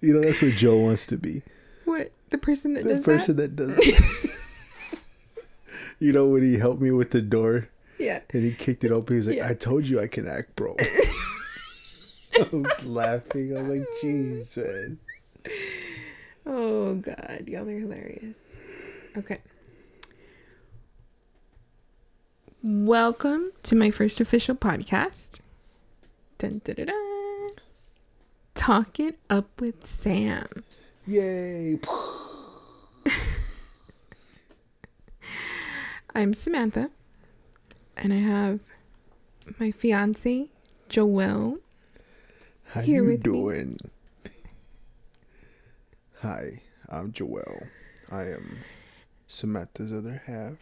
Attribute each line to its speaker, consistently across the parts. Speaker 1: You know, that's what Joe wants to be.
Speaker 2: What the person that
Speaker 1: The
Speaker 2: does
Speaker 1: person that
Speaker 2: that?
Speaker 1: does it. you know, when he helped me with the door
Speaker 2: Yeah.
Speaker 1: and he kicked it open, he's like,
Speaker 2: Yeah.
Speaker 1: I told you I can act, bro. I was laughing. I was like, jeez, man.
Speaker 2: Oh god, y'all are hilarious. Okay. Welcome to my first official podcast. Dun, dun, dun, dun. Talk it up with Sam.
Speaker 1: Yay.
Speaker 2: I'm Samantha, and I have my fiance Joelle.
Speaker 1: How
Speaker 2: Here
Speaker 1: you
Speaker 2: with me.
Speaker 1: doing? Hi, I'm Joelle. I am Samantha's other half.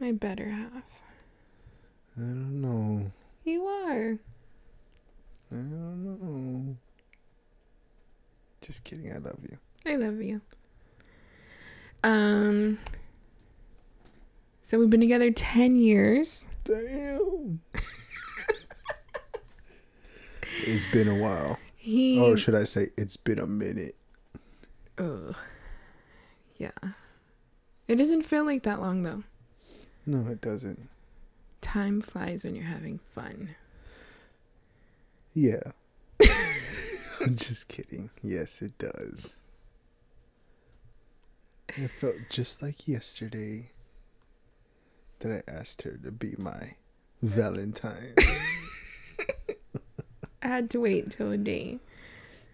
Speaker 2: My better half.
Speaker 1: I don't know.
Speaker 2: You are.
Speaker 1: I don't know. Just kidding. I love you.
Speaker 2: I love you. Um. So we've been together ten years.
Speaker 1: Damn. it's been a while.
Speaker 2: He.
Speaker 1: Or should I say, it's been a minute.
Speaker 2: Ugh. Yeah. It doesn't feel like that long though.
Speaker 1: No, it doesn't.
Speaker 2: Time flies when you're having fun.
Speaker 1: Yeah. I'm just kidding. Yes, it does. It felt just like yesterday that I asked her to be my Valentine.
Speaker 2: I had to wait till a day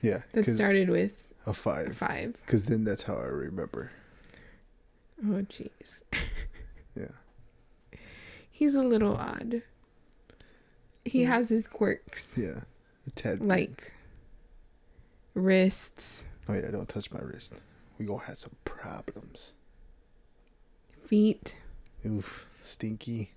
Speaker 1: Yeah,
Speaker 2: that started with
Speaker 1: a
Speaker 2: a
Speaker 1: five.
Speaker 2: five.
Speaker 1: Because then that's how I remember.
Speaker 2: Oh jeez.
Speaker 1: Yeah.
Speaker 2: He's a little odd. He has his quirks.
Speaker 1: Yeah, a tad. bit.
Speaker 2: Like wrists,
Speaker 1: oh yeah, don't touch my wrist. We gonna have some problems.
Speaker 2: feet.
Speaker 1: Oof, stinky.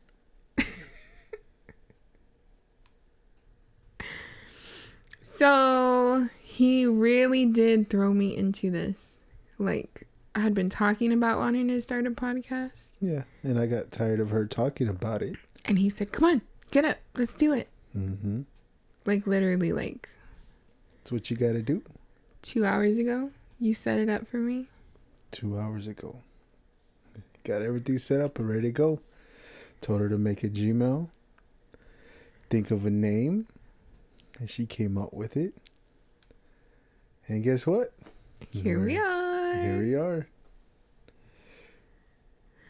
Speaker 2: So he really did throw me into this. Like I had been talking about wanting to start a podcast.
Speaker 1: Yeah, and I got tired of her talking about it.
Speaker 2: And he said, Come on, get up, let's do it.
Speaker 1: Mm-hmm.
Speaker 2: Like literally like
Speaker 1: That's what you gotta do.
Speaker 2: two hours ago, you set it up for me.
Speaker 1: two hours ago. Got everything set up and ready to go. Told her to make a Gmail, think of a name, and she came up with it. And guess what?
Speaker 2: Here we are.
Speaker 1: Here we are.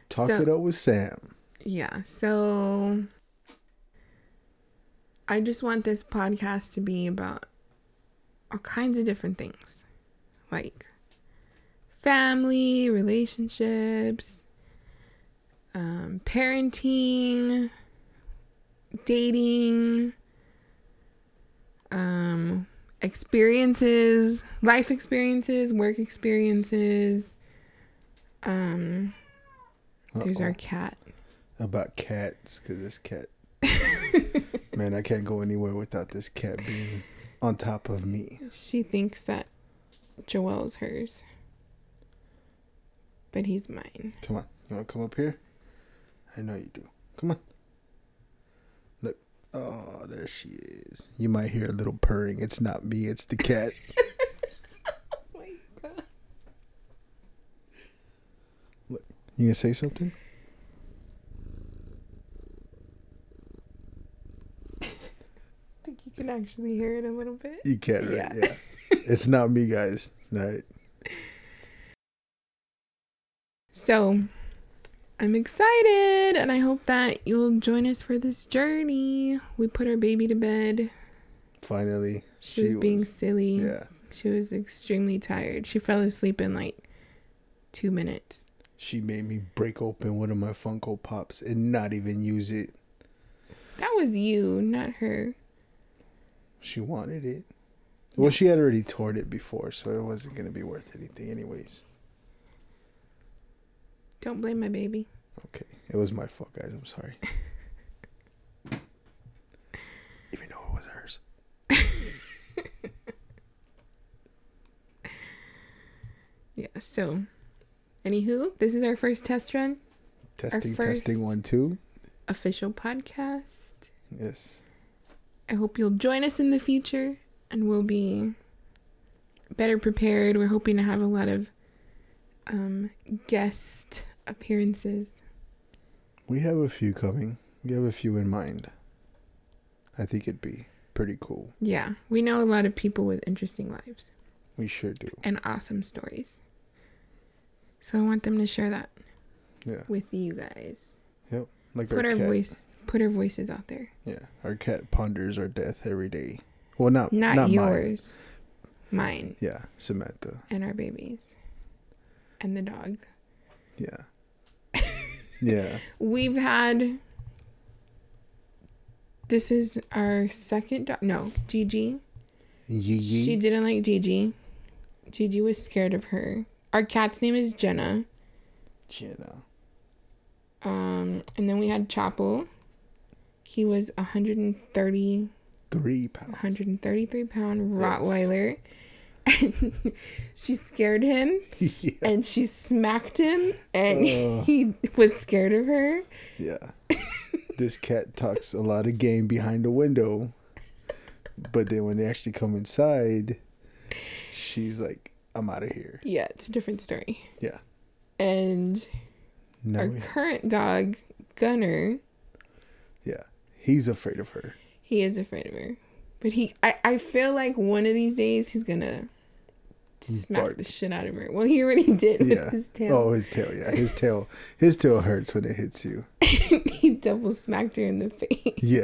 Speaker 1: Talk
Speaker 2: So-
Speaker 1: it up with Sam.
Speaker 2: yeah. So I just want this podcast to be about all kinds of different things. Like family, relationships, um, parenting, dating, um, experiences, life experiences, work experiences. Um, there's our
Speaker 1: Uh-oh.
Speaker 2: cat.
Speaker 1: About cats, because this cat. Man, I can't go anywhere without this cat being on top of me.
Speaker 2: She thinks that Joel's hers, but he's mine.
Speaker 1: Come on. You want to come up here? I know you do. Come on. Look. Oh, there she is. You might hear a little purring. It's not me, it's the cat.
Speaker 2: Oh my god!
Speaker 1: you going to say something?
Speaker 2: I think you can actually hear it a little bit.
Speaker 1: You can, right?
Speaker 2: Yeah.
Speaker 1: Yeah. It's not me, guys. All right.
Speaker 2: So, I'm excited, and I hope that you'll join us for this journey. We put our baby to bed.
Speaker 1: Finally.
Speaker 2: She, was, being silly.
Speaker 1: Yeah.
Speaker 2: She was extremely tired. She fell asleep in like two minutes.
Speaker 1: She made me break open one of my Funko Pops and not even use it.
Speaker 2: That was you, not her.
Speaker 1: She wanted it. Well, she had already torn it before, so it wasn't going to be worth anything, anyways.
Speaker 2: Don't blame my baby.
Speaker 1: Okay. It was my fault, guys. I'm sorry. Even though it was hers.
Speaker 2: Yeah. So, anywho, this is our first test run.
Speaker 1: Testing,
Speaker 2: first-
Speaker 1: testing one, two.
Speaker 2: official podcast.
Speaker 1: Yes.
Speaker 2: I hope you'll join us in the future and we'll be better prepared. We're hoping to have a lot of um, guest appearances.
Speaker 1: We have a few coming. We have a few in mind. I think it'd be pretty cool.
Speaker 2: Yeah, we know a lot of people with interesting lives
Speaker 1: We sure do.
Speaker 2: and awesome stories. So I want them to share that
Speaker 1: Yeah.
Speaker 2: with you guys.
Speaker 1: Like
Speaker 2: Put
Speaker 1: our,
Speaker 2: our
Speaker 1: cat.
Speaker 2: voice, put our voices out there.
Speaker 1: Yeah. Our cat ponders our death every day. Well, not
Speaker 2: Not,
Speaker 1: not, mine.
Speaker 2: yours, mine,
Speaker 1: Yeah, Samantha.
Speaker 2: and our babies, and the dog.
Speaker 1: Yeah. yeah.
Speaker 2: We've had. This is our second dog. No, Gigi.
Speaker 1: Yee yee.
Speaker 2: She didn't like Gigi. Gigi was scared of her. Our cat's name is Jenna.
Speaker 1: Jenna.
Speaker 2: Um, and then we had Chapel. He was 130,
Speaker 1: Three pounds.
Speaker 2: 133 pound Rottweiler. And she scared him
Speaker 1: yeah.
Speaker 2: and she smacked him and
Speaker 1: Ugh.
Speaker 2: he was scared of her.
Speaker 1: Yeah. this cat talks a lot of game behind the window, but then when they actually come inside, she's like, "I'm out of here."
Speaker 2: Yeah, it's a different story.
Speaker 1: Yeah.
Speaker 2: And
Speaker 1: No.
Speaker 2: our
Speaker 1: yeah.
Speaker 2: current dog, Gunner,
Speaker 1: Yeah. He's afraid of her.
Speaker 2: he is afraid of her. But he, I, I feel like one of these days he's gonna smack
Speaker 1: Bark.
Speaker 2: the shit out of her. Well, he already did with
Speaker 1: Yeah.
Speaker 2: his tail.
Speaker 1: Oh, his tail. Yeah, his tail. His tail hurts when it hits you.
Speaker 2: he double smacked her in the face.
Speaker 1: Yeah.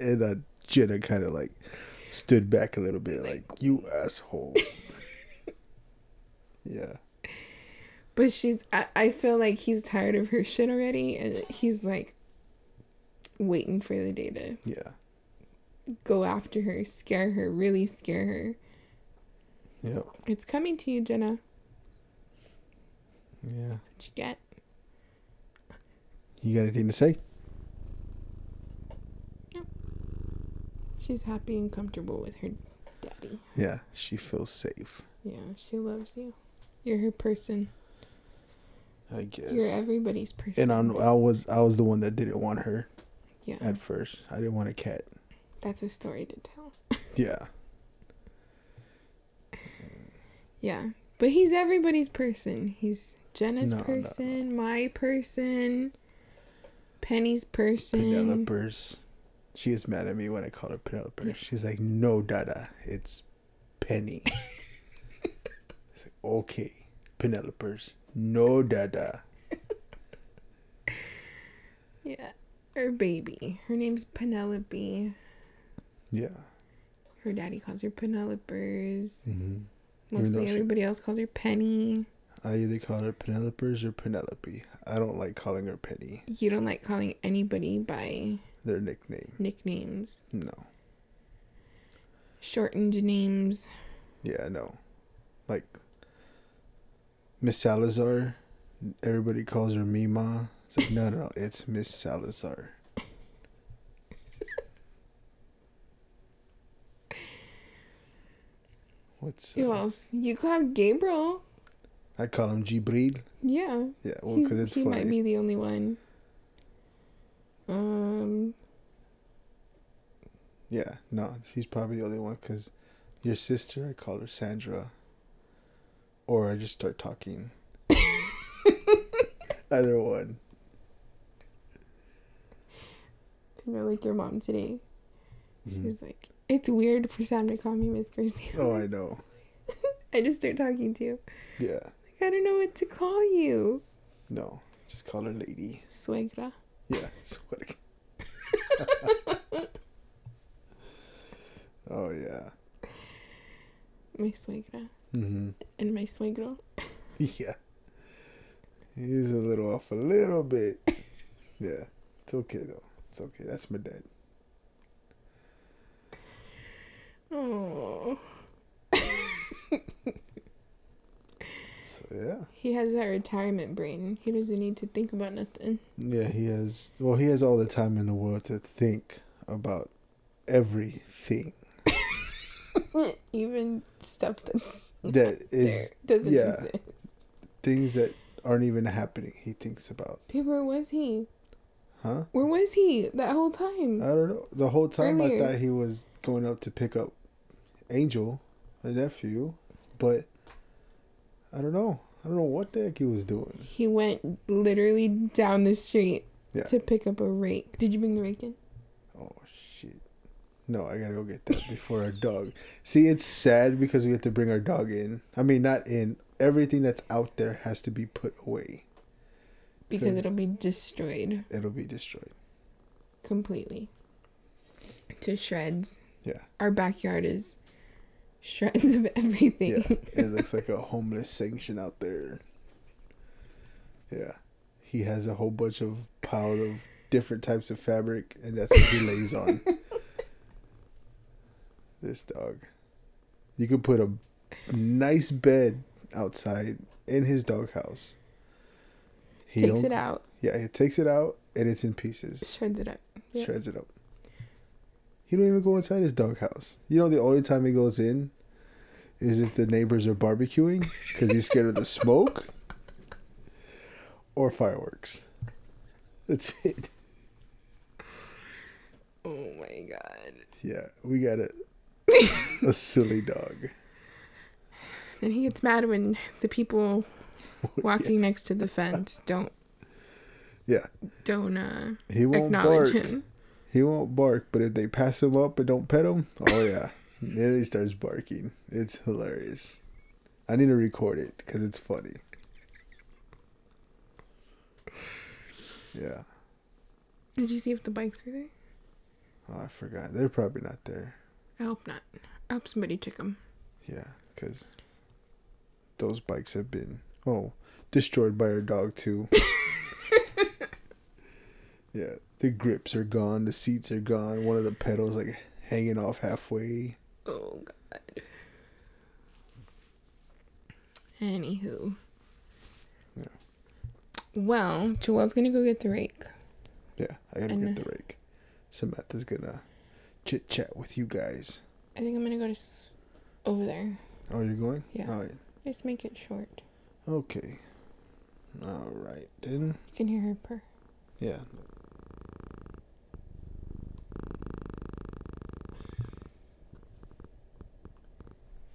Speaker 1: And uh, Jenna kind of like stood back a little bit, like, "You asshole." yeah.
Speaker 2: But she's, I, I feel like he's tired of her shit already, and he's like waiting for the day to
Speaker 1: Yeah.
Speaker 2: go after her, scare her, really scare her.
Speaker 1: Yep.
Speaker 2: It's coming to you, Jenna.
Speaker 1: Yeah.
Speaker 2: That's what you get.
Speaker 1: You got anything to say?
Speaker 2: She's happy and comfortable with her daddy.
Speaker 1: Yeah. She feels safe.
Speaker 2: Yeah, she loves you. You're her person.
Speaker 1: I guess.
Speaker 2: You're everybody's person.
Speaker 1: and I'm, I was I was the one that didn't want her
Speaker 2: yeah,
Speaker 1: at first. I didn't want a cat.
Speaker 2: that's a story to tell.
Speaker 1: Yeah.
Speaker 2: Yeah, but he's everybody's person. He's Jenna's
Speaker 1: No, no, no.
Speaker 2: person, my person, Penny's person.
Speaker 1: Penelope's. She is mad at me when I call her Penelope. She's like, "No, Dada, it's Penny." it's like, okay, Penelope's. No, Dada.
Speaker 2: Yeah, her baby. Her name's Penelope.
Speaker 1: Yeah.
Speaker 2: Her daddy calls her Penelopers.
Speaker 1: Mm-hmm. though
Speaker 2: Mostly
Speaker 1: she-
Speaker 2: everybody else calls her Penny.
Speaker 1: I either call her Penelope's or Penelope. I don't like calling her Penny.
Speaker 2: You don't like calling anybody by
Speaker 1: Their nickname.
Speaker 2: nicknames,
Speaker 1: No.
Speaker 2: shortened names.
Speaker 1: Yeah, no. Like Miss Salazar, everybody calls her Mima. It's like no, no, no, it's Miss Salazar. What's
Speaker 2: Who
Speaker 1: uh,
Speaker 2: else? You call Gabriel.
Speaker 1: I call him Jibril.
Speaker 2: Yeah.
Speaker 1: Yeah, well,
Speaker 2: He's-
Speaker 1: because it's
Speaker 2: he might
Speaker 1: funny.
Speaker 2: be the only one. Um,
Speaker 1: Yeah, no, he's probably the only one. Because your sister, I call her Sandra, or I just start talking. Either one.
Speaker 2: you know, like your mom today. She's like, it's weird for Sam to call me Miss Gracie.
Speaker 1: Mm-hmm. Oh, I know.
Speaker 2: I just start talking to you.
Speaker 1: Yeah.
Speaker 2: Like, I don't know what to call you,
Speaker 1: No, just call her lady.
Speaker 2: suegra.
Speaker 1: Yeah, swear to God. oh yeah.
Speaker 2: My suegra
Speaker 1: Mm-hmm.
Speaker 2: and my suegro.
Speaker 1: Yeah. He's a little off a little bit. Yeah, it's okay though. It's okay. That's my dad.
Speaker 2: Oh,
Speaker 1: So yeah,
Speaker 2: he has that retirement brain. He doesn't need to think about nothing.
Speaker 1: yeah. He has well, he has all the time in the world to think about everything
Speaker 2: Even stuff that
Speaker 1: that
Speaker 2: there
Speaker 1: is
Speaker 2: doesn't
Speaker 1: yeah.
Speaker 2: exist.
Speaker 1: things that aren't even happening. He thinks about,
Speaker 2: Babe, Where was he?
Speaker 1: huh?
Speaker 2: Where was he that whole time?
Speaker 1: I don't know. The whole time I
Speaker 2: Earlier.
Speaker 1: thought he was going up to pick up Angel. the nephew, but I don't know. I don't know what the heck he was doing.
Speaker 2: He went literally down the street
Speaker 1: Yeah.
Speaker 2: to pick up a rake. Did you bring the rake in?
Speaker 1: Oh shit. No, I gotta go get that before our dog. See, it's sad because we have to bring our dog in. I mean, not in. Everything that's out there has to be put away.
Speaker 2: Because
Speaker 1: Okay.
Speaker 2: it'll be destroyed
Speaker 1: It'll be destroyed.
Speaker 2: completely to shreds.
Speaker 1: Yeah.
Speaker 2: Our backyard is shreds of everything.
Speaker 1: Yeah, it looks like a homeless sanction out there. Yeah, he has a whole bunch of pile of different types of fabric, and that's what he lays on. This dog, you could put a nice bed outside in his doghouse. He
Speaker 2: Takes
Speaker 1: don't-
Speaker 2: it out,
Speaker 1: Yeah, he takes it out, and it's in pieces
Speaker 2: shreds it up. Yeah.
Speaker 1: shreds it up. He don't even go inside his doghouse. You know, the only time he goes in is if the neighbors are barbecuing because he's scared of the smoke or fireworks. That's it.
Speaker 2: Oh my god.
Speaker 1: Yeah, we got a a silly dog.
Speaker 2: Then he gets mad when the people walking next to the fence don't
Speaker 1: Yeah,
Speaker 2: don't uh,
Speaker 1: he won't
Speaker 2: acknowledge
Speaker 1: bark.
Speaker 2: him.
Speaker 1: He won't bark, but if they pass him up and don't pet him, oh yeah, then he starts barking. It's hilarious. I need to record it because it's funny. Yeah,
Speaker 2: Did you see if the bikes were there?
Speaker 1: oh, I forgot. They're probably not there.
Speaker 2: I hope not. I hope somebody took them.
Speaker 1: Yeah, because those bikes have been oh destroyed by our dog too. yeah, the grips are gone. The seats are gone. One of the pedals like hanging off halfway.
Speaker 2: Oh god. Anywho.
Speaker 1: Yeah.
Speaker 2: Well, Joelle's gonna go get the rake.
Speaker 1: Yeah, I gotta
Speaker 2: And-
Speaker 1: get the rake. Samantha's gonna chit chat with you guys.
Speaker 2: I think I'm gonna go to s- over there.
Speaker 1: Oh, you're going?
Speaker 2: Yeah.
Speaker 1: All right.
Speaker 2: Just make it short.
Speaker 1: Okay. All right then.
Speaker 2: You can hear her purr.
Speaker 1: Yeah.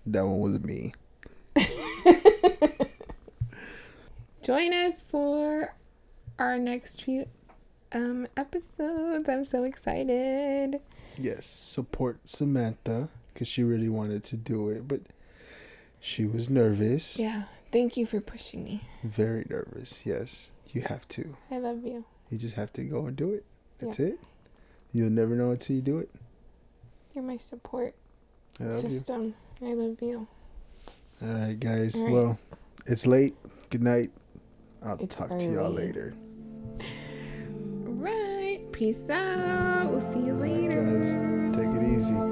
Speaker 1: That one was me.
Speaker 2: Join us for our next few um episodes. I'm so excited.
Speaker 1: Yes, support Samantha because she really wanted to do it, but she was nervous.
Speaker 2: Yeah. Thank you for pushing me.
Speaker 1: Very nervous. Yes, you have to.
Speaker 2: I love you.
Speaker 1: You just have to go and do it. That's
Speaker 2: Yeah.
Speaker 1: it. You'll never know until you do it.
Speaker 2: You're my support
Speaker 1: I love you.
Speaker 2: system. I love you.
Speaker 1: All right, guys.
Speaker 2: All right.
Speaker 1: Well, it's late. Good night. I'll
Speaker 2: It's
Speaker 1: talk to y'all
Speaker 2: early.
Speaker 1: later.
Speaker 2: Right. Peace out. We'll see you
Speaker 1: All right,
Speaker 2: later.
Speaker 1: guys. Take it easy.